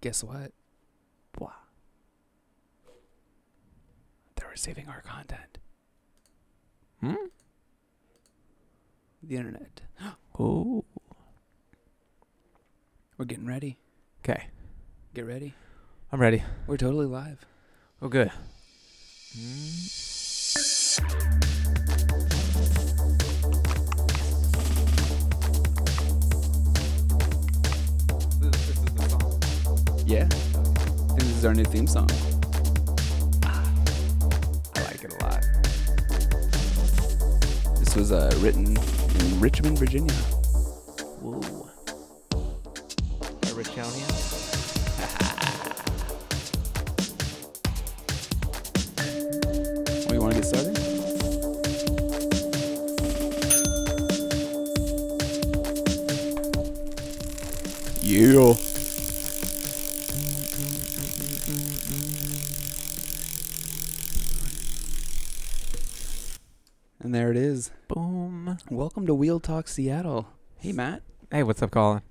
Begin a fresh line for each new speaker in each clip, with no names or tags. Guess what?
What?
They're receiving our content.
Hmm?
The internet.
Oh.
We're getting ready.
Okay.
Get ready.
I'm ready.
We're totally live.
Oh, good. Hmm.
Yeah. And this is our new theme song. Ah. I like it a lot. This was uh, written in Richmond, Virginia.
Whoa. By Rich County.
Well, you want to get started? Yeah. And there it is.
Boom.
Welcome to Wheel Talk Seattle. Hey, Matt.
Hey, what's up, Colin?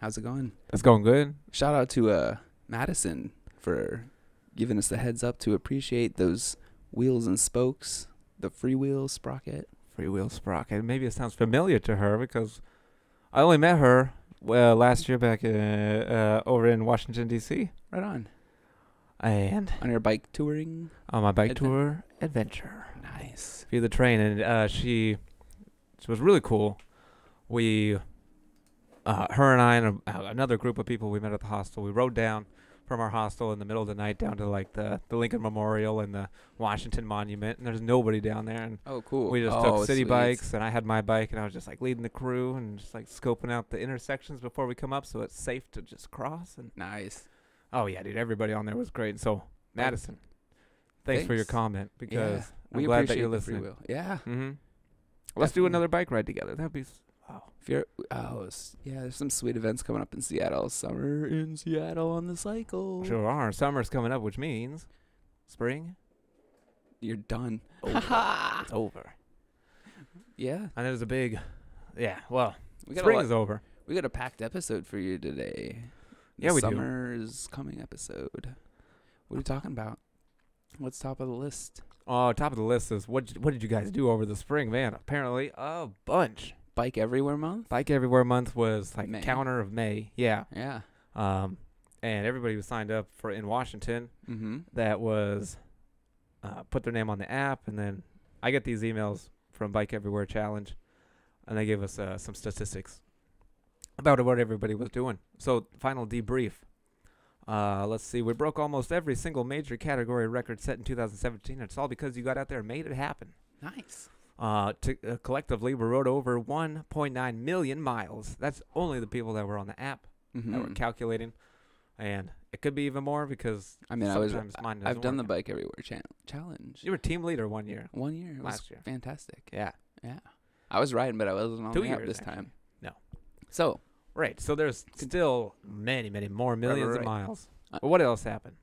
How's it going?
It's going good.
Shout out to uh, Madison for giving us the heads up to appreciate those wheels and spokes, the freewheel sprocket.
Free Will Sprocket. Maybe it sounds familiar to her because I only met her well last year back uh, uh, over in Washington D.C.
Right on.
and
On your bike touring.
on my bike
Adven-
tour adventure
Nice.
via the train, and uh, she she was really cool. We uh, her and I and a, another group of people we met at the hostel. We rode down from our hostel in the middle of the night down to like the the Lincoln Memorial and the Washington Monument, and there's nobody down there, and
Oh, cool.
we just
Oh,
took city
sweet.
bikes, and I had my bike, and I was just like leading the crew and just like scoping out the intersections before we come up, so it's safe to just cross. And
Nice.
oh yeah, dude, everybody on there was great. So Madison, thanks, for your
Thanks.
comment because I'm
we
glad
appreciate
that you're
the
listening.
freewheel. Yeah.
Mm-hmm. Let's do
Definitely.
another bike ride together. That'd be s- wow.
If you're, oh, s- yeah, there's some sweet events coming up in Seattle. Summer in Seattle on the cycle.
Sure are. Summer's coming up, which means spring
You're done.
is over.
Yeah.
And there's a big, yeah. Well,
We got, a
spring
lot,
is over.
we got a packed episode for you today. The
Yeah, we do.
Summer's coming episode. What are you talking about? What's top of the list?
Oh, top of the list is what? Did, what did you guys do over the spring, man? Apparently, a bunch.
Bike Everywhere Month?
Bike Everywhere month was like
May.
counter of May. Yeah.
Yeah.
Um, and everybody was signed up for in Washington
Mm-hmm.
that was uh, put their name on the app, and then I get these emails from Bike Everywhere Challenge, and they gave us uh, some statistics about what everybody was doing. So final debrief. Uh, let's see. We broke almost every single major category record set in 2017. It's all because you got out there and made it happen.
Nice.
Uh, to, uh, collectively, we rode over 1.9 million miles. That's only the people that were on the app that were
Mhm.
calculating, and it could be even more because
I mean, I was.
sometimes mine
I've
doesn't
done the
work.
Bike Everywhere cha- challenge.
You were team leader one year.
One year. It was
Last year.
fantastic.
Yeah.
Yeah. I was riding, but I wasn't on
Two
the app
years,
this
actually.
time.
No.
So,
Right. So there's still many, many more millions
right.
of miles.
Uh,
But what else happened?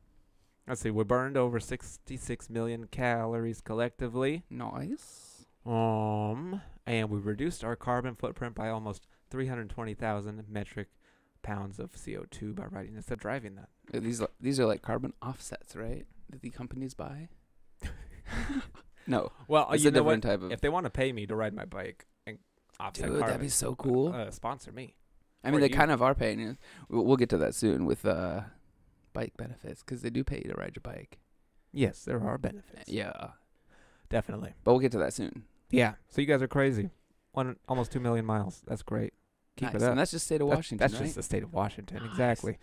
Let's see. We burned over 66 million calories collectively.
nice.
Um, and we reduced our carbon footprint by almost 320,000 metric pounds of CO2 by riding instead of driving that.
Uh, These li- these are like carbon offsets, right? That the companies buy. no,
Well,
it's
Oh, you
a
know
different
what?
type of.
If they want to pay me to ride my bike and offset
Dude, that'd
carbon,
be so cool.
uh, sponsor me.
I mean,
or
they
you-
kind of are paying. You. We'll, we'll get to that soon with uh, bike benefits because they do pay you to ride your bike.
Yes, there are benefits.
Yeah,
Definitely.
but we'll get to that soon.
Yeah. So you guys are crazy. One almost two million miles. That's great. Keep
nice.
it up.
And that's just state of
That's-
Washington,
That's
right?
just the state of Washington,
Nice.
exactly.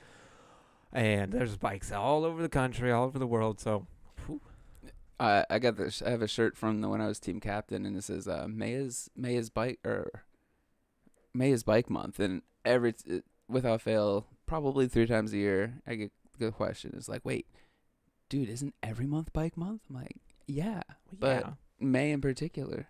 And there's bikes all over the country, all over the world. So
Uh, I got this. I have a shirt from the when I was team captain, and it says uh, Maya's Maya's bike or Maya's bike month, and every it, without fail, probably three times a year, I get the question is like, wait, dude, isn't every month bike month? I'm like, yeah, But-
yeah.
May in particular.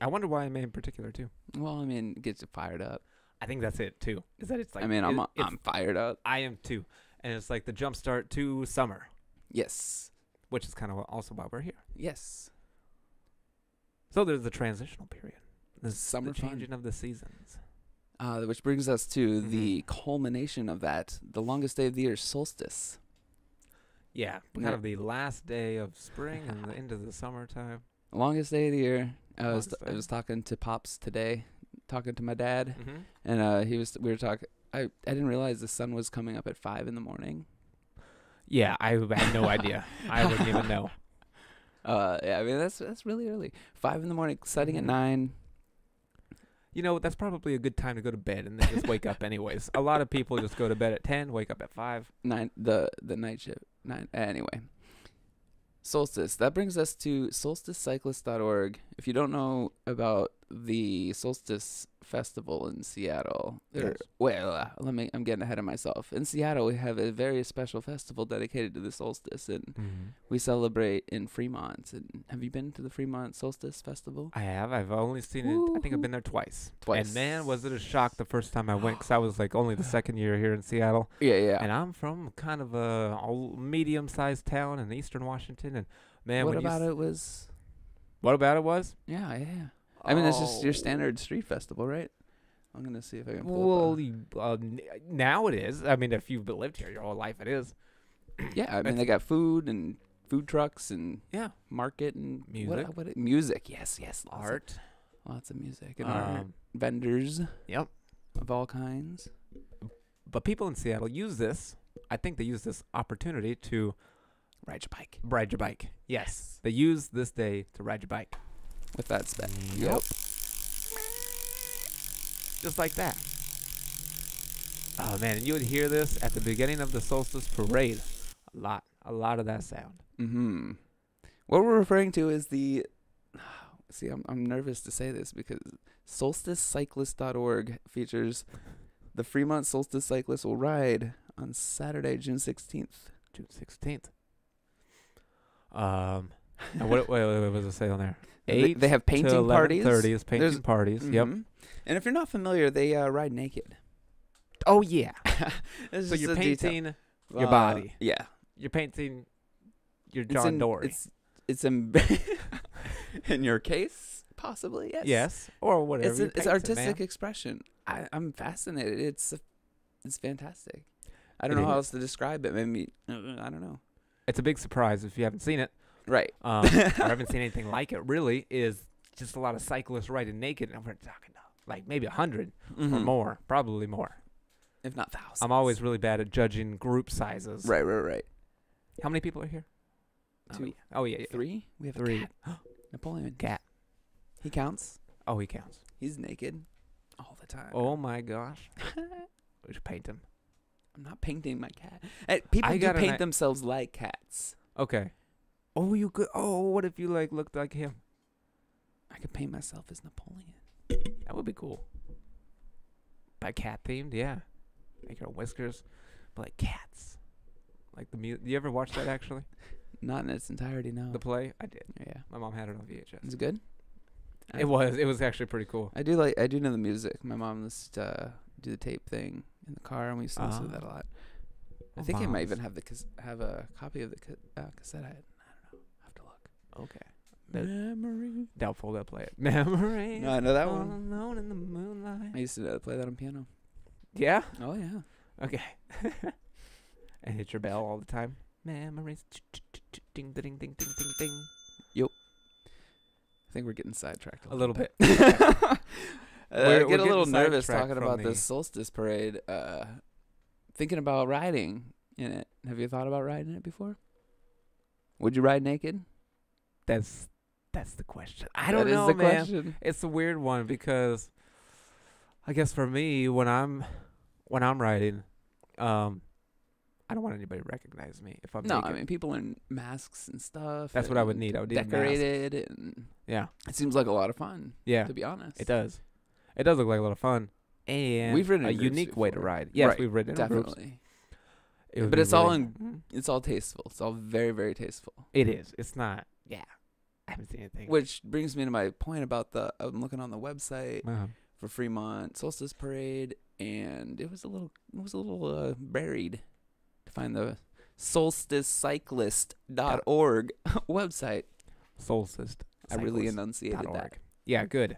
I wonder why I May in particular too.
Well, I mean, it gets you fired up.
I think that's it too. Is that it's like
I mean, I'm
it- it's-
I'm fired up.
I am too. and it's like the jumpstart to summer,
Yes.
which is kind of also why we're here.
Yes.
So there's the transitional period, there's
Summer
the
fun.
changing of the seasons.
Uh, which brings us to the
Mm-hmm.
culmination of that, the longest day of the year, solstice.
Yeah,
Yeah.
kind of the last day of spring and the end of the summertime.
Longest day of the year. I was
Longest
I
day.
was talking to pops today, talking to my dad,
Mm-hmm.
and uh, he was we were talking. I I didn't realize the sun was coming up at five in the morning.
Yeah, I had no idea. I wouldn't even know.
Uh, yeah, I mean that's that's really early. Five in the morning, setting
Mhm.
at nine.
You know, that's probably a good time to go to bed and then just wake up anyways. A lot of people just go to bed at 10, wake up at 5.
nine the the night shift nine anyway solstice that brings us to solsticecyclist.org if you don't know about the solstice festival in seattle or-
Yes.
well uh, let me i'm getting ahead of myself in seattle we have a very special festival dedicated to the solstice and
Mm-hmm.
we celebrate in fremont and have you been to the fremont solstice festival
I have. I've only seen it. I think I've been there twice.
Twice.
And man, was it a shock the first time I went because I was like only the second year here in Seattle.
yeah yeah
And I'm from kind of a medium sized town in eastern Washington. And man,
what
when
about
you s-
it was
What about it was?
yeah yeah i mean it's just your
Oh.
standard street festival right i'm gonna see if i can pull up
Well,
the-
you, uh, n- now it is. I mean, if you've lived here your whole life, it is.
Yeah, I mean
That's-
they got food and food truck and
Yeah.
market and
Music.
What, what, music, yes, yes, lots of-
Art.
lots of music and art.
um,
vendors
Yep.
of all kinds.
But people in Seattle use this. I think they use this opportunity to
Ride your bike
ride your bike. Yes. They use this day to ride your bike.
with that spec.
Yep. Just like that. Oh, man. And you would hear this at the beginning of the solstice parade. A lot. A lot of that sound.
Mm-hmm. What we're referring to is the. See, I'm I'm nervous to say this because solsticecyclist.org features the Fremont Solstice Cyclists will ride on Saturday, June 16th.
June 16th. Um, and what, wait, wait, wait, what does it say on there?
They, they have painting parties.
Thirties painting
There's-
parties. Yep.
Mhm. And if you're not familiar, they uh, ride naked. Mm-hmm.
Oh yeah.
It's
So
just
you're
a detail.
painting. your
Uh,
body.
Yeah.
You're painting. Your
It's
John
in-
Dory.
It's it's in in your case possibly yes.
Yes. Or whatever.
It's
you
an, it's
paint it, man.
artistic expression. I, I'm fascinated. It's it's fantastic. I don't
It
know how
is.
else to describe it. Maybe uh, I don't know.
It's a big surprise if you haven't seen it.
Right.
Um, or haven't seen anything like it. Really, is just a lot of cyclists riding naked, and we're talking about like maybe a 100 or
Mhm.
more, probably more.
if not thousands.
I'm always really bad at judging group sizes.
right, right, right.
How many people are here? Oh,
Two.
yeah. Oh yeah. yeah.
Three. We have
Three.
a cat. Napoleon.
Cat.
He counts.
Oh, he counts.
He's naked all the time.
Oh my gosh. we should paint him.
I'm not painting my cat. Uh, people
I
do
got an
paint
i-
themselves like cats.
Okay. Oh, you could. Oh, what if you like looked like him?
I could paint myself as Napoleon.
That would be cool. By cat themed, yeah. Make your own whiskers, but like cats. Like the mu- You ever watch that actually?
Not in its entirety, no.
The play? I did.
yeah,
My mom had it on VHS.
it's good. I-
It was. It was actually pretty cool.
I do like. I do know the music. My mom used to uh, do the tape thing in the car, and we used to listen to that a lot. I
Oh,
think I might
moms.
even have the cas- have a copy of the ca- uh, cassette. I, I don't know. I have to look.
Okay. That-
Memory.
Doubtful they'll play it. Memory.
No, I know that one.
Alone in the
I
moonlight.
used to uh, play that on piano.
Yeah.
Oh yeah.
Okay. and hit your bell all the time. Memories. Ding, ding, ding, ding, ding, ding.
I think we're getting sidetracked a,
A little bit.
Uh, I
We're-
get
we're
a little
getting
nervous
sidetracked
talking about
from
this
the-
solstice parade. Uh, thinking about riding in it. Have you thought about riding it before? Would you ride naked?
That's that's the question. I
That
don't
is
know,
the
man.
question.
It's a weird one because I guess for me when I'm when I'm riding, um, I don't want anybody to recognize me if I'm
No,
naked.
I mean people in masks and stuff.
That's what I would
and
need. I would need a mask.
decorated, and
yeah,
it seems like a lot of fun.
yeah,
to be honest,
it does. It does look like a lot of fun, and
We've ridden
a
in groups
unique way to
before.
ride. Yes,
Right,
we've ridden in groups.
Definitely,
It would
But
be
it's all
really-
in-
Mhm.
it's all tasteful. It's all very, very tasteful.
It is. It's not. Yeah, I haven't seen anything.
Which brings me to my point about the. I'm looking on the website
Uh-huh.
for Fremont Solstice Parade, and it was a little, it was a little uh, buried. To find the solsticecyclist.org website.
Solstice.
I really
cyclist
enunciated
dot
that.
org. Yeah, good.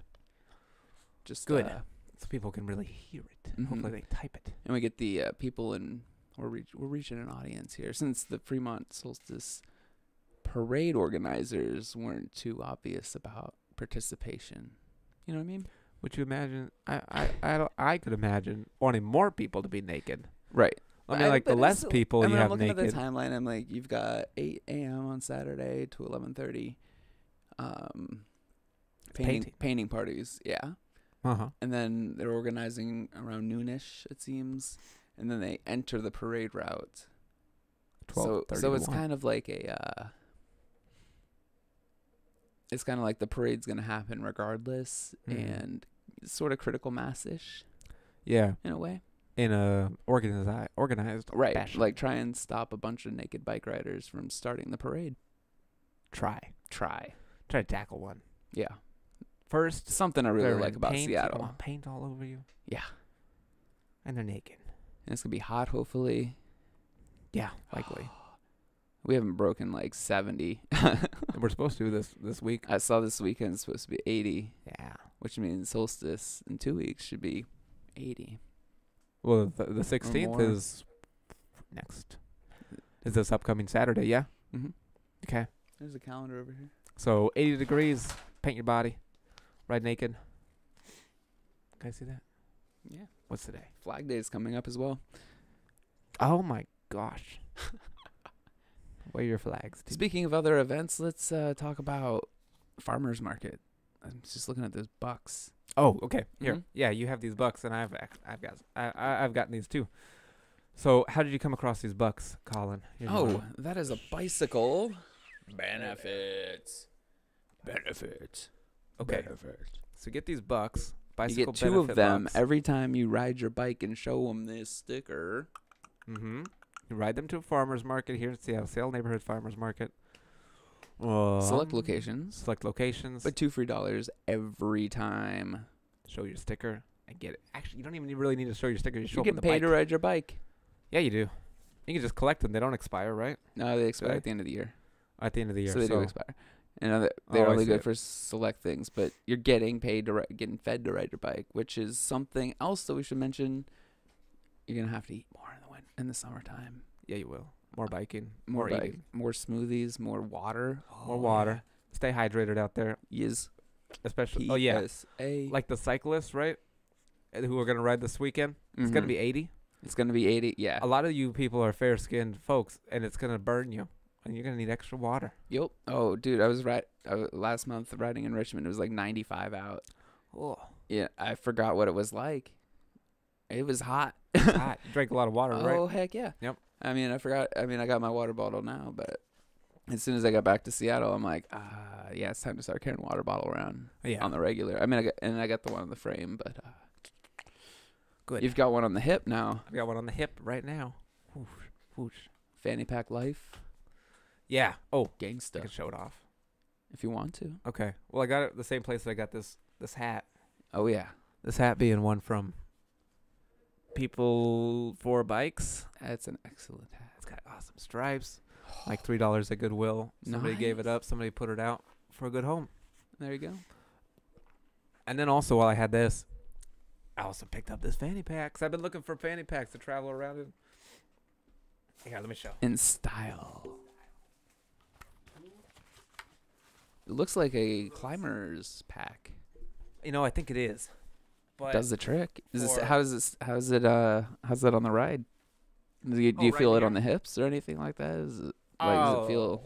Just
Good.
uh,
So people can really hear it.
Mhm.
Hopefully they type it.
and we get the uh, people in. We're reach, we're reaching an audience here since the Fremont Solstice parade organizers weren't too obvious about participation. You know what I mean?
Would you imagine? I I I, don't, I could imagine wanting more people to be naked.
Right.
I
But
mean, like the
but
less
it's-
people
I
you
mean, I'm
have
looking at
naked,
the timeline. I'm like, you've got 8 a.m. on Saturday to 11:30. Um, painting,
painting.
painting parties, yeah,
uh huh,
and then they're organizing around noonish, it seems, and then they enter the parade route.
twelve,
so,
thirty
so
to
it's
one.
kind of like a. Uh, it's kind of like the parade's gonna happen regardless,
Mhm.
and sort of critical mass ish
yeah,
in a way.
in a organized organized
Right.
fashion.
Like try and stop a bunch of naked bike riders from starting the parade.
try
Try.
try to tackle one
Yeah.
first.
Something I really
they're in
like about
paint,
Seattle.
oh, paint all over you.
Yeah.
and they're naked.
And it's gonna be hot hopefully.
Yeah, likely.
We haven't broken like seventy.
And We're supposed to this this week.
I saw this weekend it's supposed to be eighty,
Yeah.
which means solstice in two weeks should be eighty.
Well, the the sixteenth
more.
is next. Is this upcoming Saturday? Yeah.
Mm-hmm.
Okay.
There's a calendar over here.
So eighty degrees. Paint your body. Ride naked. Can I see that?
Yeah.
What's today?
Flag Day is coming up as well.
Oh my gosh. Wear your flags. Dude.
Speaking of other events, let's uh, talk about farmers market. I'm just looking at those bucks.
Oh, okay. Here,
Mhm.
yeah, you have these bucks, and I've ac- I've got I, I I've gotten these too. So how did you come across these bucks, Colin? Here's your
Oh,
one.
that is a bicycle. Benefits. Benefits.
okay.
Benefits.
So get these bucks.
You
Bicycle
get two of
benefit
them
bucks.
every time you ride your bike and show them this sticker.
Mm-hmm. You ride them to a farmer's market here at Seattle, Seattle Neighborhood Farmer's Market. Um,
Select locations.
Select locations.
But two free dollars every time.
show your sticker. I get it. Actually, you don't even need- really need to show your sticker. You show
You
up
get
on the
paid
bike.
to ride your bike.
Yeah, you do. You can just collect them. They don't expire, right?
No, they expire
they?
at the end of the year.
At the end of the year.
so they do expire. And other-
Oh,
they're
I
only
see
good
it.
for select things, but you're getting paid to ri- getting fed to ride your bike, which is something else that we should mention. You're gonna have to eat more in the win- in the summertime.
yeah, you will. More biking.
more Oh,
eating.
like more smoothies, more water,
More water. Stay hydrated out there,
Yes.
especially. Oh yeah,
PSA.
like the cyclists, right? Uh, Who are gonna ride this weekend? It's gonna
Mhm.
be 80.
It's gonna be eighty. Yeah.
A lot of you people are fair-skinned folks, and it's gonna burn you, and you're gonna need extra water.
Yep. Oh, dude, I was right uh, last month riding in Richmond. It was like ninety-five out.
Oh,
Yeah, I forgot what it was like. It was hot.
hot. You drank a lot of water, right?
Oh heck yeah.
Yep.
I mean, I forgot. I mean, I got my water bottle now, but as soon as I got back to Seattle, I'm like, ah, yeah, it's time to start carrying water bottle around
Yeah.
on the regular. I mean, I got and I got the one on the frame, but uh,
Good.
You've got one on the hip now.
I've got one on the hip right now. Whoosh, whoosh.
Fanny pack life,
Yeah. Oh, I
gangsta.
can show it off.
If you want to.
Okay. Well, I got it the same place that I got this this hat.
Oh yeah.
This hat being one from people for bikes.
That's an excellent hat.
It's got awesome stripes. Like three dollars at Goodwill. Somebody gave it
Nice.
up. Somebody put it out for a good home.
There you go.
And then also while I had this, I also picked up this fanny pack. i I've been looking for fanny packs to travel around in. Here, let me show.
In style. It looks like a climber's pack.
You know, I think it is. But
Does the trick. Is this,
for-
how does this? How's it? Uh, how's that on the ride? Do you, do
Oh,
you
right
feel it
here.
on the hips or anything like that? Is it, like does it feel?
oh,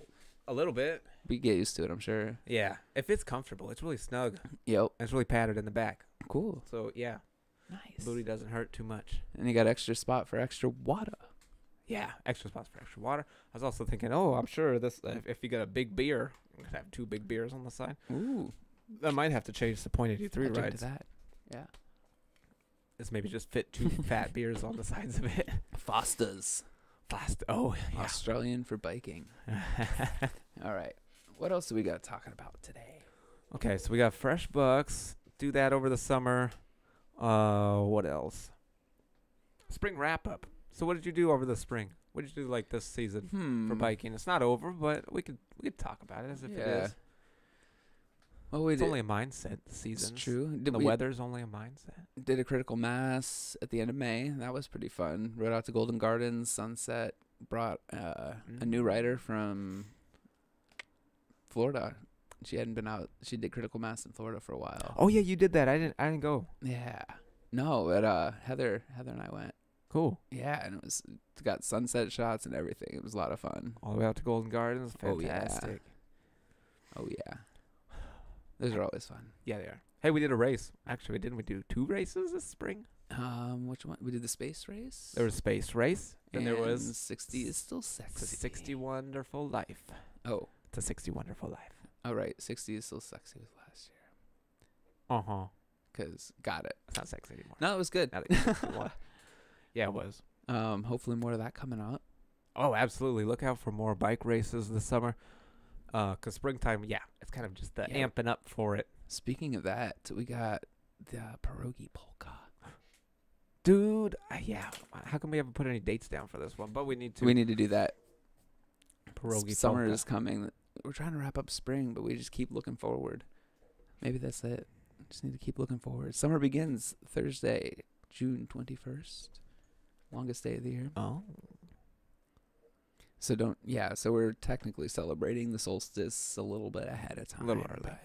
a little bit?
We get used to it, I'm sure.
Yeah. If it's comfortable, it's really snug. and
Yep.
It's really padded in the back.
Cool.
So yeah,
Nice.
booty doesn't hurt too much.
And you got extra spot for extra water.
Yeah, extra spots for extra water. I was also thinking, oh, I'm sure this if, if you got a big beer, you could have two big beers on the side.
Ooh.
I might have to change the point eighty three
I drink to
rides.
that. Yeah.
Is maybe just fit two fat beers on the sides of it.
Foster's
Last, oh
Australian for biking.
yeah.
All right. What else do we got talking about today?
okay, so we got fresh bucks. Do that over the summer. Uh, what else? Spring wrap up. So what did you do over the spring? What did you do like this season
Hmm.
for biking? It's not over, but we could we could talk about it as if it
Yeah.
is.
Well, we
It's
did.
only a mindset. The
Oh, it's
season.
true. Did
The
we
weather's only a mindset.
did a critical mass at the end of May. That was pretty fun. Rode out to Golden Gardens, sunset. Brought uh, a new
Mm.
rider from Florida. She hadn't been out. She did critical mass in Florida for a while.
Oh yeah, you did that. I didn't. I didn't go.
Yeah. No, but uh, Heather, Heather and I went.
Cool.
Yeah, and it was it got sunset shots and everything. It was a lot of fun.
All the way out to Golden Gardens.
Oh, yeah.
Fantastic.
Oh yeah, those are always fun.
yeah. they are. Hey, we did a race. Actually, didn't we do two races this spring?
Um, which one? We did the space race.
There was space race, and there was
sixty is still sexy.
sixty wonderful life.
Oh,
It's a sixty wonderful life.
all Oh, right. Sixty is still sexy with last year.
Uh huh.
Cause got it.
It's not sexy anymore.
No, it was good.
Now that you're 61. yeah, it was.
Um, hopefully more of that coming up.
Oh, absolutely. Look out for more bike races this summer. Uh, 'cause springtime, yeah, it's kind of just the
Yeah.
amping up for it.
Speaking of that, we got the pierogi polka.
Dude, uh, yeah. How come we haven't put any dates down for this one? But we need to.
We need to do that.
pierogi
Summer
polka.
is coming. We're trying to wrap up spring, but we just keep looking forward. Maybe that's it. Just need to keep looking forward. Summer begins Thursday, June twenty first. Longest day of the year.
Oh,
So don't yeah, so we're technically celebrating the solstice a little bit ahead of time.
A little early.
but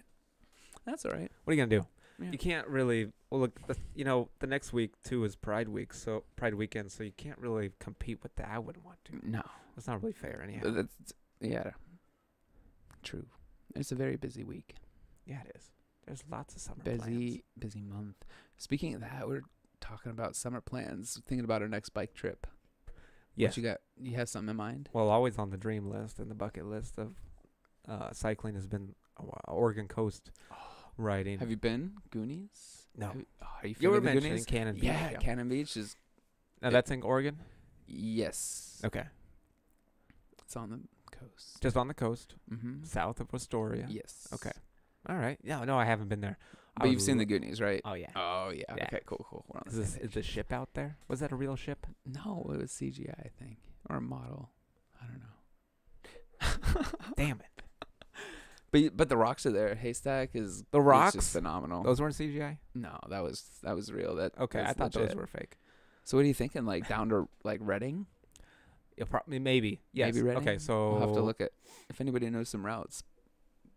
That's all right.
what are you gonna do?
Yeah.
You can't really. Well, look, the, you know, the next week too is Pride Week, so Pride Weekend, so you can't really compete with that. I wouldn't want to.
No.
That's not really fair, anyhow.
but That's yeah. True. It's a very busy week.
Yeah, it is. There's lots of summer
busy
plans.
busy month. Speaking of that, we're talking about summer plans, thinking about our next bike trip.
Yes.
What you got you have something in mind?
Well, always on the dream list and the bucket list of uh, cycling has been uh, Oregon coast riding.
Have you been? Goonies?
No.
Have you, oh, are you
You were
familiar with the
mentioning
Goonies?
Cannon Beach.
yeah, Mm-hmm. Cannon Beach is
Now that's in Oregon.
yes.
Okay.
It's on the coast.
Just on the coast,
Mm-hmm.
south of Astoria.
Yes.
Okay. All right. Yeah. No, I haven't been there. I
But
was
you've seen
l-
the Goonies, right?
Oh yeah.
Oh yeah.
Yeah.
Okay. Cool. Cool. We're on
Is
the
this
same
is the
page.
ship out there? Was that a real ship?
No, it was CGI, I think, or a model. I don't know.
Damn it.
but y- but the rocks are there. Haystack is
The
is just
rocks?
phenomenal.
Those weren't CGI.
no, that was that was real. That
Okay,
that's
I thought
legit.
those were fake.
So what are you thinking? Like down to like Reading?
Yeah, probably maybe. Yes.
Maybe
Okay,
Reading?
so
We'll have to look at if anybody knows some routes.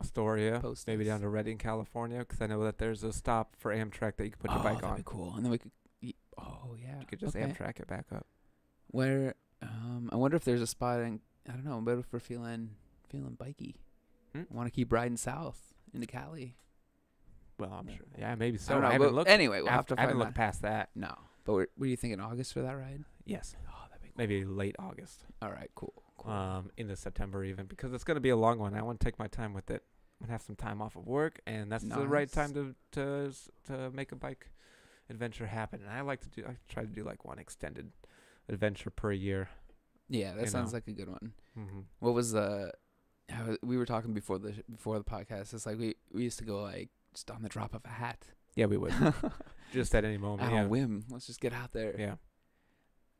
Astoria,
Post
maybe
this.
down to Redding, California, because I know that there's a stop for Amtrak that you can put your
oh,
bike
that'd
on.
Be cool. And then we could. y- Oh yeah.
You could just
okay.
Amtrak it back up.
Where? Um, I wonder if there's a spot in. I don't know. But if we're feeling feeling bikey,
Hmm?
want to keep riding south into Cali.
Well, I'm
Yeah.
sure. Yeah, maybe
I
so.
don't know.
haven't
but
looked.
anyway, we'll
af-
have to
I haven't
find
looked
out.
past that.
No, but we're, what are you thinking? August for that ride?
Yes,
Oh, that'd be cool.
maybe late August,
All right, cool. cool.
um, into September even, because it's going to be a long one. I want to take my time with it. I'm gonna have some time off of work, and that's the right time to to s- to make a bike adventure happen. And I like to do. I try to do like one extended adventure per year.
yeah,
you
that sounds
know.
like a good one.
Mm-hmm.
What was the? How, was- we were talking before the before the podcast. It's like we we used to go like just on the drop of a hat,
Yeah, we would just at any moment.
on
Yeah.
a whim. Let's just get out there.
yeah,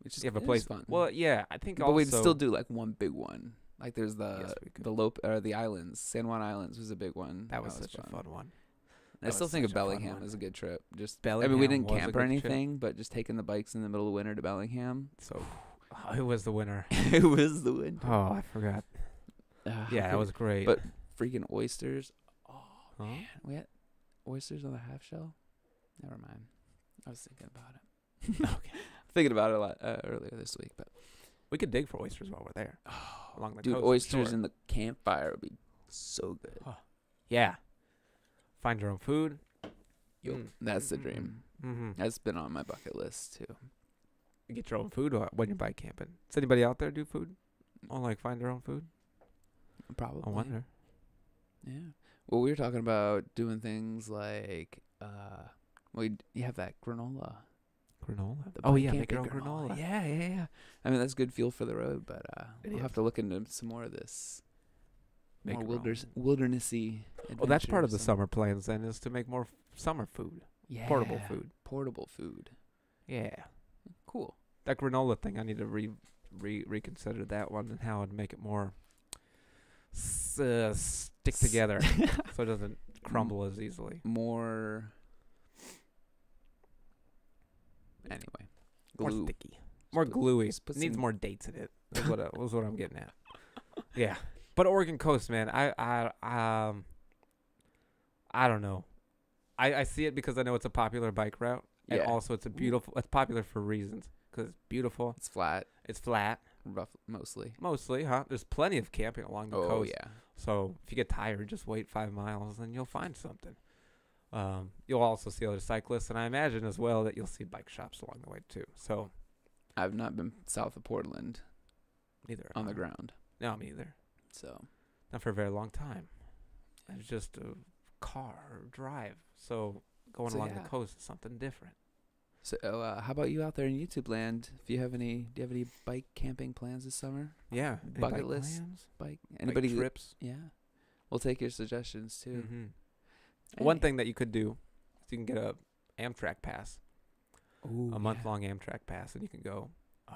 Which is
you have a
it is
place.
Fun.
Well, yeah, I think.
but
also,
we'd still do like one big one. Like there's the
Yes, we could.
the Lope or the islands. San Juan Islands was a big one.
That was such a fun one.
I
that
still
was
think
Oh,
of
such a fun
Bellingham
one.
as a good trip. Just I mean, we
Bellingham
didn't
was a
camp
good
or
trip.
anything, but just taking the bikes in the middle of winter to Bellingham.
So oh, it was the winner.
it was the winter.
Oh, I forgot.
Ah,
Yeah, that
freaking-
was great.
But freaking oysters. Oh,
Huh?
Man, we had oysters on the half shell. Never mind. I was thinking about it.
Okay.
thinking about it a lot uh, earlier this week, but
we could dig for oysters while we're there. Oh, Along the
dude,
coast, I'm
oysters
sure.
in the campfire would be so good.
Yeah. Find your own food.
Yo,
Mm.
that's the
Mm, mm,
dream.
Mm-hmm.
That's been on my bucket list too.
Get your own food wh- when you're bike camping. Does anybody out there do food? Or like find their own food?
Probably.
I wonder.
Yeah. Well, we were talking about doing things like uh, well, you- you have that granola.
Granola.
the
Oh
bike
yeah, make
camping
your own granola.
Yeah, yeah, yeah. I mean, that's good fuel for the road, but uh,
It
we'll have
is.
to look into some more of this.
Make
more
your
wilderness,
own.
wildernessy.
Well, that's part of the
adventures.
summer plans then is to make more f- summer food, portable
Yeah,
food.
Portable food.
Yeah.
Cool.
that granola thing. I need to re, re reconsider that one and how I'd make it more s- uh, stick
S-
together so it doesn't crumble as easily.
More. Anyway, glue.
More sticky. More
Sp-
gluey.
just put
Needs
some-
more dates in it. That's what, I, was what I'm getting at. Yeah, but Oregon Coast, man. I I um. I don't know. I I see it because I know it's a popular bike route, and
Yeah.
also it's a beautiful. It's popular for reasons because it's beautiful.
It's flat,
It's flat
rough mostly.
mostly, huh? There's plenty of camping along the
oh
coast.
yeah,
So if you get tired, just wait five miles and you'll find something. Um, you'll also see other cyclists, and I imagine as well that you'll see bike shops along the way too. So
I've not been south of Portland
neither am
on the
I.
ground,
No, me either.
so
Not for a very long time. It was just a car or drive. So going
So,
along
yeah.
the coast is something different.
so uh, how about you out there in YouTube land? If you have any, do you have any bike camping plans this summer?
Yeah. any
Bucket
bike
list?
plans,
Bike
bike
anybody? that-
trips?
yeah, we'll take your suggestions too.
hmm One
Hey.
thing that you could do is you can get a Amtrak pass.
Ooh,
Mm-hmm. a month
yeah,
long Amtrak pass, and you can go um,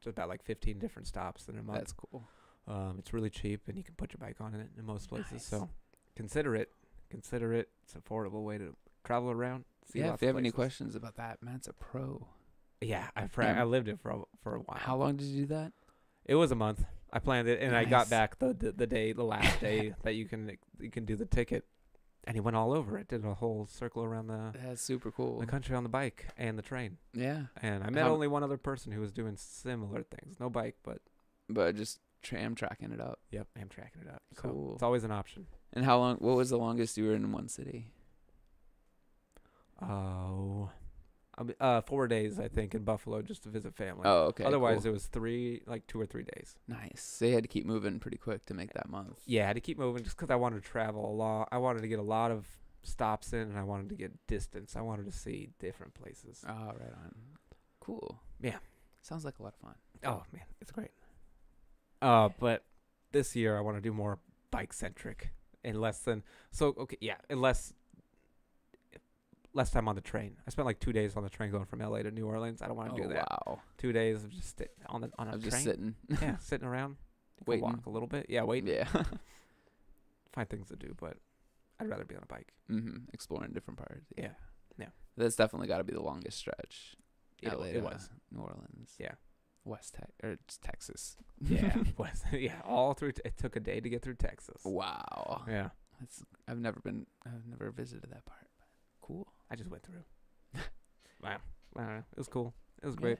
to about like 15 different stops in a month.
That's cool.
um, it's really cheap, and you can put your bike on it in most places.
Nice.
So consider it. Consider it. It's an affordable way to travel around. See
yeah, if
lots
you
of
have any
places.
questions about that, Matt's a pro.
Yeah, I pra-
Yeah.
I lived it for a, for a while.
How long did you do that?
It was a month. I planned it, and I got
Nice.
back the, the the day, the last day that you can you can do the ticket. And he went all over it. Did a whole circle around the
That's super cool.
Uh, the country on the bike and the train.
Yeah,
And I met
How-
only one other person who was doing similar things. No bike, but
but just tram tracking it up.
Yep, I'm tracking it up. So
Cool.
it's always an option.
And how long? What was the longest you were in one city?
Oh, I mean, uh, four days I think in Buffalo just to visit family.
Oh, okay.
Otherwise,
cool.
it was three, like two or three days.
nice. So you had to keep moving pretty quick to make that month.
Yeah, I had to keep moving just because I wanted to travel a lot. I wanted to get a lot of stops in, and I wanted to get distance. I wanted to see different places.
Oh, right on. Cool.
Yeah.
Sounds like a lot of fun.
Oh man, it's great. Uh, but this year I want to do more bike centric and less than so. Okay, yeah, and less less time on the train. I spent like two days on the train going from LA to New Orleans. I don't want to
oh,
do that.
wow.
Two days of just sit on the on a
I'm
train.
just sitting.
yeah, sitting around. You can
Waiting.
Walk a little bit. Yeah, wait.
Yeah.
Find things to do, but I'd rather be on a bike.
hmm Exploring different parts.
Yeah,
That's definitely got to be the longest stretch.
it,
LA
it
to
was.
New Orleans.
Yeah.
West Tex or it's Texas.
Yeah, it was. yeah, all through. T- it took a day to get through Texas.
wow.
Yeah,
That's, I've never been. I've never visited that part. Cool.
I just went through. wow, I don't know. It was cool. It was great.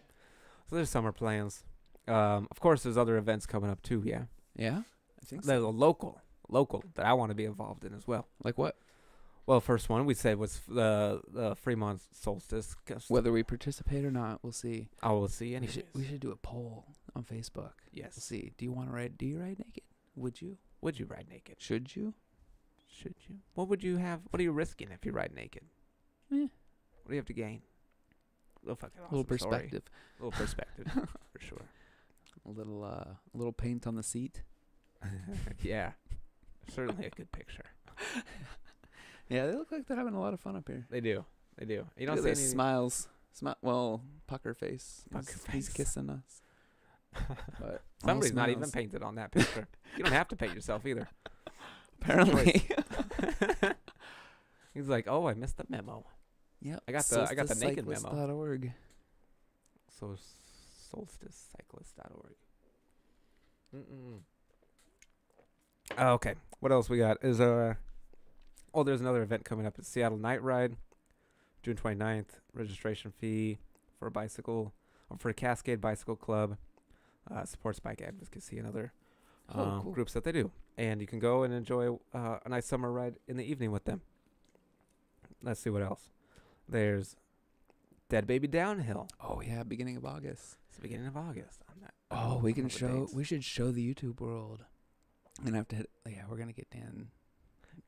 So there's summer plans. Um, of course, there's other events coming up too. Yeah,
Yeah. I think
there's a local, local that I want to be involved in as well.
Like what?
Well, first one we said was the the Fremont solstice. 'cause
Whether we participate or not, we'll see.
I will see.
We
Anyways,
should, we should do a poll on Facebook. We'll
yes.
see. Do you want to ride? Do you ride naked? Would you?
Would you ride naked?
Should you?
Should you? What would you have? What are you risking if you ride naked?
Eh.
What do you have to gain? Little fucking awesome
little
story.
perspective.
Little perspective, for sure.
A little uh, a little paint on the seat.
yeah, certainly a good picture.
Yeah, they look like they're having a lot of fun up here.
They do. They do. You don't
Look at
see
their
any
smiles. Smi- well, pucker face.
Pucker
He's- He's
face.
kissing us. But all
Somebody's not even
smiles.
painted on that picture. you don't have to paint yourself either.
Apparently.
He's like, "Oh, I missed the memo."
yep.
I got the- I got the naked memo.
solsticecyclist.org.
So solsticecyclist.org. Mm-mm. Oh, okay. What else we got? Is uh Oh, there's another event coming up. It's Seattle Night Ride, June 29th. Registration fee for a bicycle or for Cascade Bicycle Club. Uh, supports bike advocacy and other
Oh,
um,
cool.
groups that they do. And you can go and enjoy uh, a nice summer ride in the evening with them. Let's see what else. There's Dead Baby Downhill.
Oh yeah, beginning of August.
It's the beginning of August. I'm not, I don't
Oh, we
remember
can
the
show.
dates.
We should show the YouTube world. I'm gonna have to. Hit, yeah, we're gonna get Dan.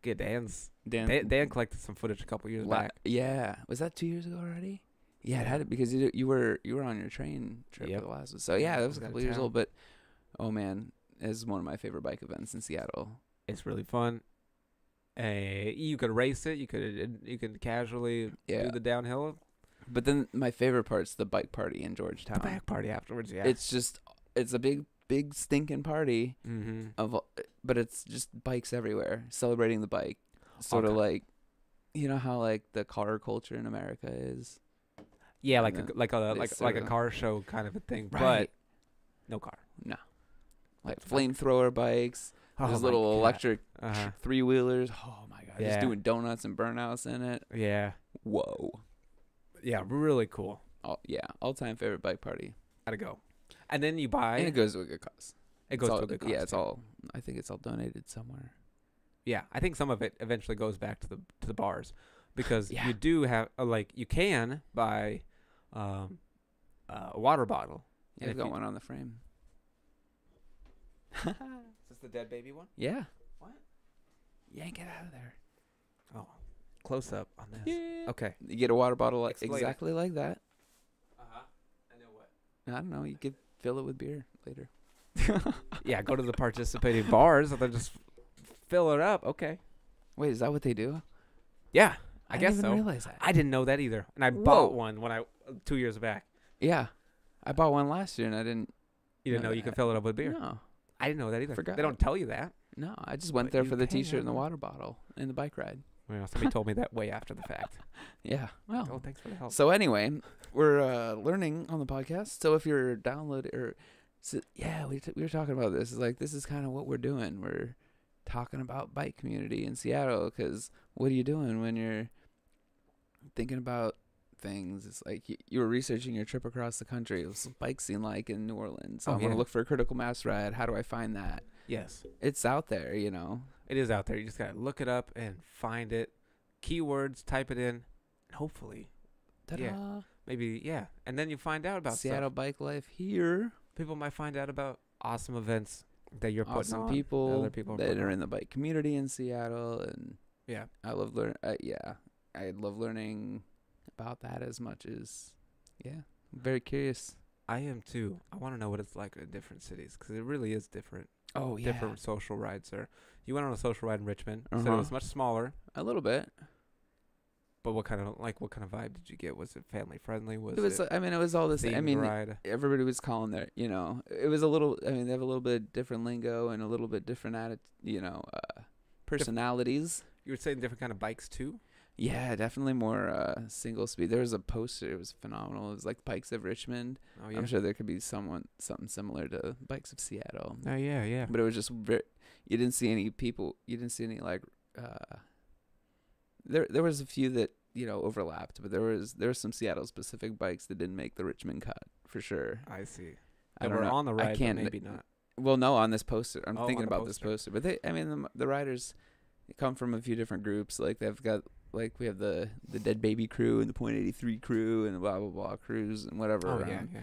Get Dan's.
Dan.
Dan, Dan collected some footage a couple years
la-
back.
Yeah, was that two years ago already? Yeah, it
Yeah.
had it because you you were you were on your train trip
Yep.
for the last one. So yeah,
Yeah, I
that was
was
a
out of
couple years
town.
old. But oh man, it's one of my favorite bike events in Seattle.
It's really fun. Eh, Uh, you could race it. You could you could casually
Yeah. Uh-huh.
do the downhill.
But then my favorite part's the bike party in Georgetown.
The back party afterwards, yeah.
It's just it's a big big stinking party
mm-hmm.
of all- but it's just bikes everywhere celebrating the bike. Sort of
Okay.
like you know how like the car culture in America is.
yeah, like
Yeah.
a, like a
They
like
sort
like a
of-
car show kind of a thing, but no car.
But like
That's fun.
flamethrower bikes,
Oh
those
my
little
God.
electric
Uh-huh.
three wheelers. Oh my god.
Yeah.
Just doing donuts and burnouts in it.
Yeah,
Whoa.
yeah, really cool.
All, yeah, all time favorite bike party.
Gotta go. And then you buy
and it
it,
goes to a good cause. It's
goes
all,
to a good cause.
Yeah, it's all. I think it's all donated somewhere.
Yeah, I think some of it eventually goes back to the to the bars because
Yeah.
you do have uh, like you can buy um, uh, a water bottle.
Yeah,
if
I've got
you-
one on the frame.
Is this the dead baby one?
Yeah.
What?
Yank it out of there.
Oh, close up on this.
Yeah.
Okay.
You get a water bottle like,
Explain it.
exactly like that.
Uh huh. I know what.
I don't know. You could fill it with beer later.
Yeah, go to the participating bars and then just fill it up. Okay.
Wait, is that what they do?
Yeah, I, guess
didn't
so.
even realize that.
I didn't know that either, and I
Whoa.
bought one when I two years back.
yeah, I bought one last year and I didn't.
You didn't
No,
know you
I-
can fill it up with beer.
No,
I didn't know that either.
Forgot.
They don't tell you that.
no. I just went
But
there
you
for the
can
T-shirt and the
now.
water bottle and the bike ride.
Well, somebody told me that way after the fact.
Yeah. Well,
Oh, thanks for the help.
So anyway, we're uh, learning on the podcast. So if you're downloaded or so, yeah, we t- we were talking about this. It's like this is kind of what we're doing. We're talking about bike community in Seattle because what are you doing when you're thinking about things? It's like you, you were researching your trip across the country. What's the bike scene like in New Orleans?
Oh,
I'm gonna
yeah.
look for a critical mass ride. How do I find that?
Yes,
It's out there, you know.
it is out there. You just gotta look it up and find it. Keywords, type it in, and hopefully,
Ta-da.
Yeah. maybe yeah, and then you find out about stuff.
Seattle bike life here.
People might find out about awesome events that you're putting
awesome
on. that
people,
other people
that
putting
are
on.
in the bike community in Seattle, and
Yeah.
I love learn. Uh, yeah, I love learning about that as much as yeah. I'm very curious.
I am too. I want to know what it's like in different cities because it really is different.
Oh
Different social rides are. You went on a social ride in Richmond. You Said
Uh-huh.
it was much smaller,
a little bit.
but what kind of like what kind of vibe did you get? Was it family friendly? Was
it was. I mean, it was all this.
themed
I mean,
ride?
everybody was calling their. You know, it was a little. I mean, they have a little bit different lingo and a little bit different atti- You know, uh, personalities.
You were saying different kind of bikes too.
yeah, definitely more uh, single speed. There was a poster. It was phenomenal. It was like Bikes of Richmond.
Oh yeah.
I'm sure there could be someone something similar to Bikes of Seattle,
Oh yeah, yeah.
but it was just very, you didn't see any people. You didn't see any like uh, there there was a few that you know overlapped, but there was there was some Seattle specific bikes that didn't make the Richmond cut for sure.
I see.
I
That were
don't know.
on the ride, but
can't-
maybe not.
Well, no, on this poster, I'm
Oh, on
thinking
the
about this poster, but they I mean the, the riders they come from a few different groups. Like they've got like we have the the Dead Baby crew and the Point Eighty Three crew and the blah blah blah crews and whatever.
Oh
around.
yeah,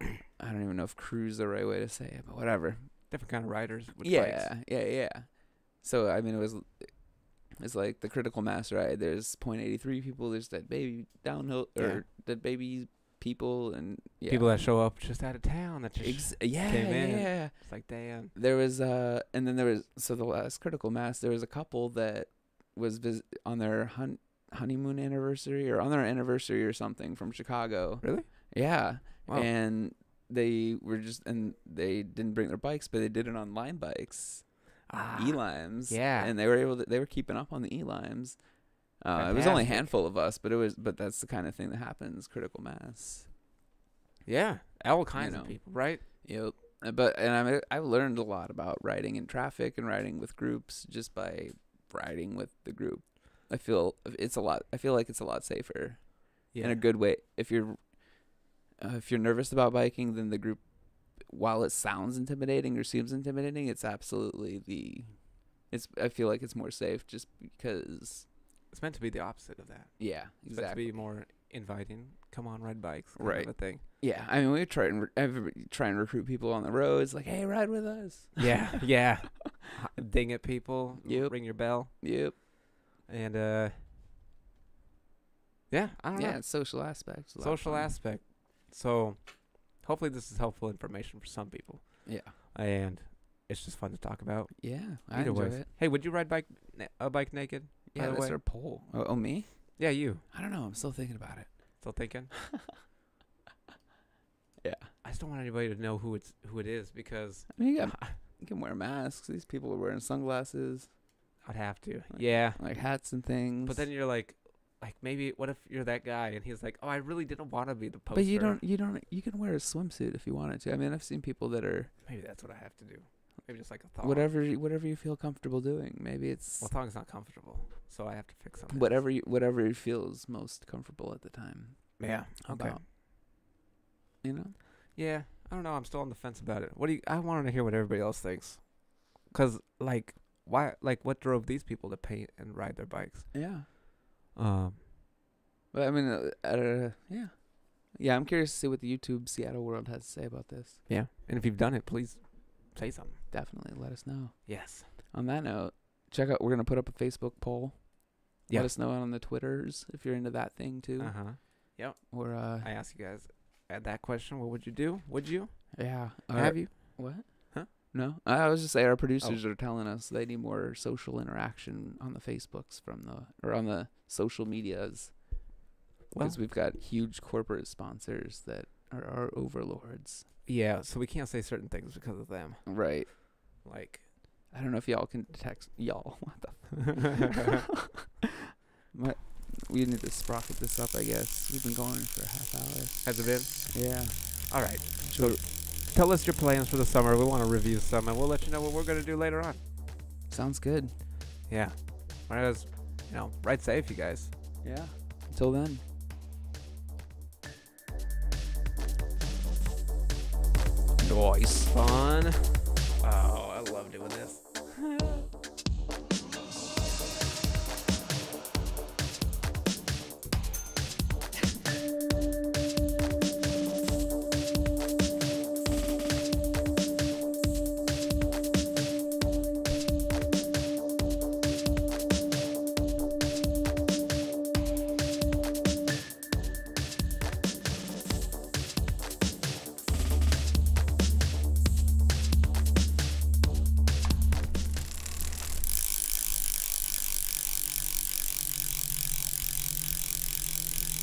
yeah.
I don't even know if crew's the right way to say it, but whatever.
Different kind of riders. With
yeah, yeah, yeah. So I mean, it was it's like the critical mass ride. There's point eighty three people. There's that baby downhill
Yeah.
or dead baby people and yeah.
People that show up just out of town. That just
Ex- yeah,
came in and-
yeah.
it's like damn.
There was uh, and then there was so the last critical mass. There was a couple that was vis- on their hun- honeymoon anniversary or on their anniversary or something from Chicago.
Really?
Yeah,
Wow.
and they were just and they didn't bring their bikes, but they did it on Lime bikes,
Ah,
E-limes.
yeah.
and they were able to they were keeping up on the E-limes. Uh, it was only a
Fantastic.
handful of us, but it was but that's the kind of thing that happens. Critical mass.
yeah. All kinds
know.
of people, right?
Yep. Uh, But and I I've learned a lot about riding in traffic and riding with groups just by riding with the group. I feel it's a lot. I feel like it's a lot safer. in a good way. If you're uh, if you're nervous about biking, then the group, while it sounds intimidating or seems intimidating, it's absolutely the it's. I feel like it's more safe just because.
It's meant to be the opposite of that.
Yeah,
It's meant to
exactly.
be more inviting. Come on, ride bikes. kind
Right.
Of a thing.
Yeah, I mean, we try and re- everybody try and recruit people on the roads. Like, hey, ride with us.
Yeah. yeah. Ho- Ding at people.
Yep.
Ring your bell.
Yep.
And uh. Yeah. I don't know.
Yeah, it's social aspects. a lot of
social
fun.
aspect. So, hopefully, this is helpful information for some people,
Yeah.
and it's just fun to talk about.
Yeah. I
Either
enjoy
way,
it.
hey, would you ride bike na- a bike naked?
Yeah,
the
that's
way-
our poll. Oh, oh, me?
Yeah, you.
I don't know. I'm still thinking about it.
It's Still thinking.
Yeah.
I just don't want anybody to know who it's who it is because
I mean, you, got, you can wear masks. These people are wearing sunglasses,
I'd have to. Yeah.
like hats and things.
But then you're like, like maybe what if you're that guy and he's like, oh, I really didn't want to be the poster.
but you don't. You don't. You can wear a swimsuit if you wanted to. I mean, I've seen people that are
Maybe that's what I have to do. Maybe just like a thong.
whatever. you- Whatever you feel comfortable doing. Maybe it's
Oh. Well, thong's not comfortable, so I have to fix something.
whatever. You, whatever feels most comfortable at the time.
Yeah. Okay.
about, You know.
Yeah. I don't know. I'm still on the fence about it. What do you? I wanted to hear what everybody else thinks. Cause like why? Like what drove these people to paint and ride their bikes?
Yeah.
Um.
But I mean, uh, uh, yeah, yeah. I'm curious to see what the YouTube Seattle World has to say about this.
Yeah. And if you've done it, please say something.
Definitely let us know.
Yes.
On that note, check out. We're gonna put up a Facebook poll.
Yeah.
Let us know on the Twitters if you're into that thing too.
Uh huh.
Or uh,
I asked you guys at that question. What would you do? Would you?
yeah. Or,
Have you?
what? Oh.
Huh?
No, I I was just saying our producers are telling us they need more social interaction on the Facebooks from the or on the social medias
Well-
because we've got huge corporate sponsors that are our overlords.
Yeah. So we can't say certain things because of them.
Right.
Like.
I don't know if y'all can detect y'all. What the? My, we need to sprocket this up, I guess. We've been going for a half hour.
Has it been?
Yeah.
All right. So tell us your plans for the summer. We want to review some, and we'll let you know what we're gonna do later on.
Sounds good.
Yeah. All right, guys. You know, ride safe, you guys.
Yeah. Until then. Nice.
Fun. Oh, I love doing this.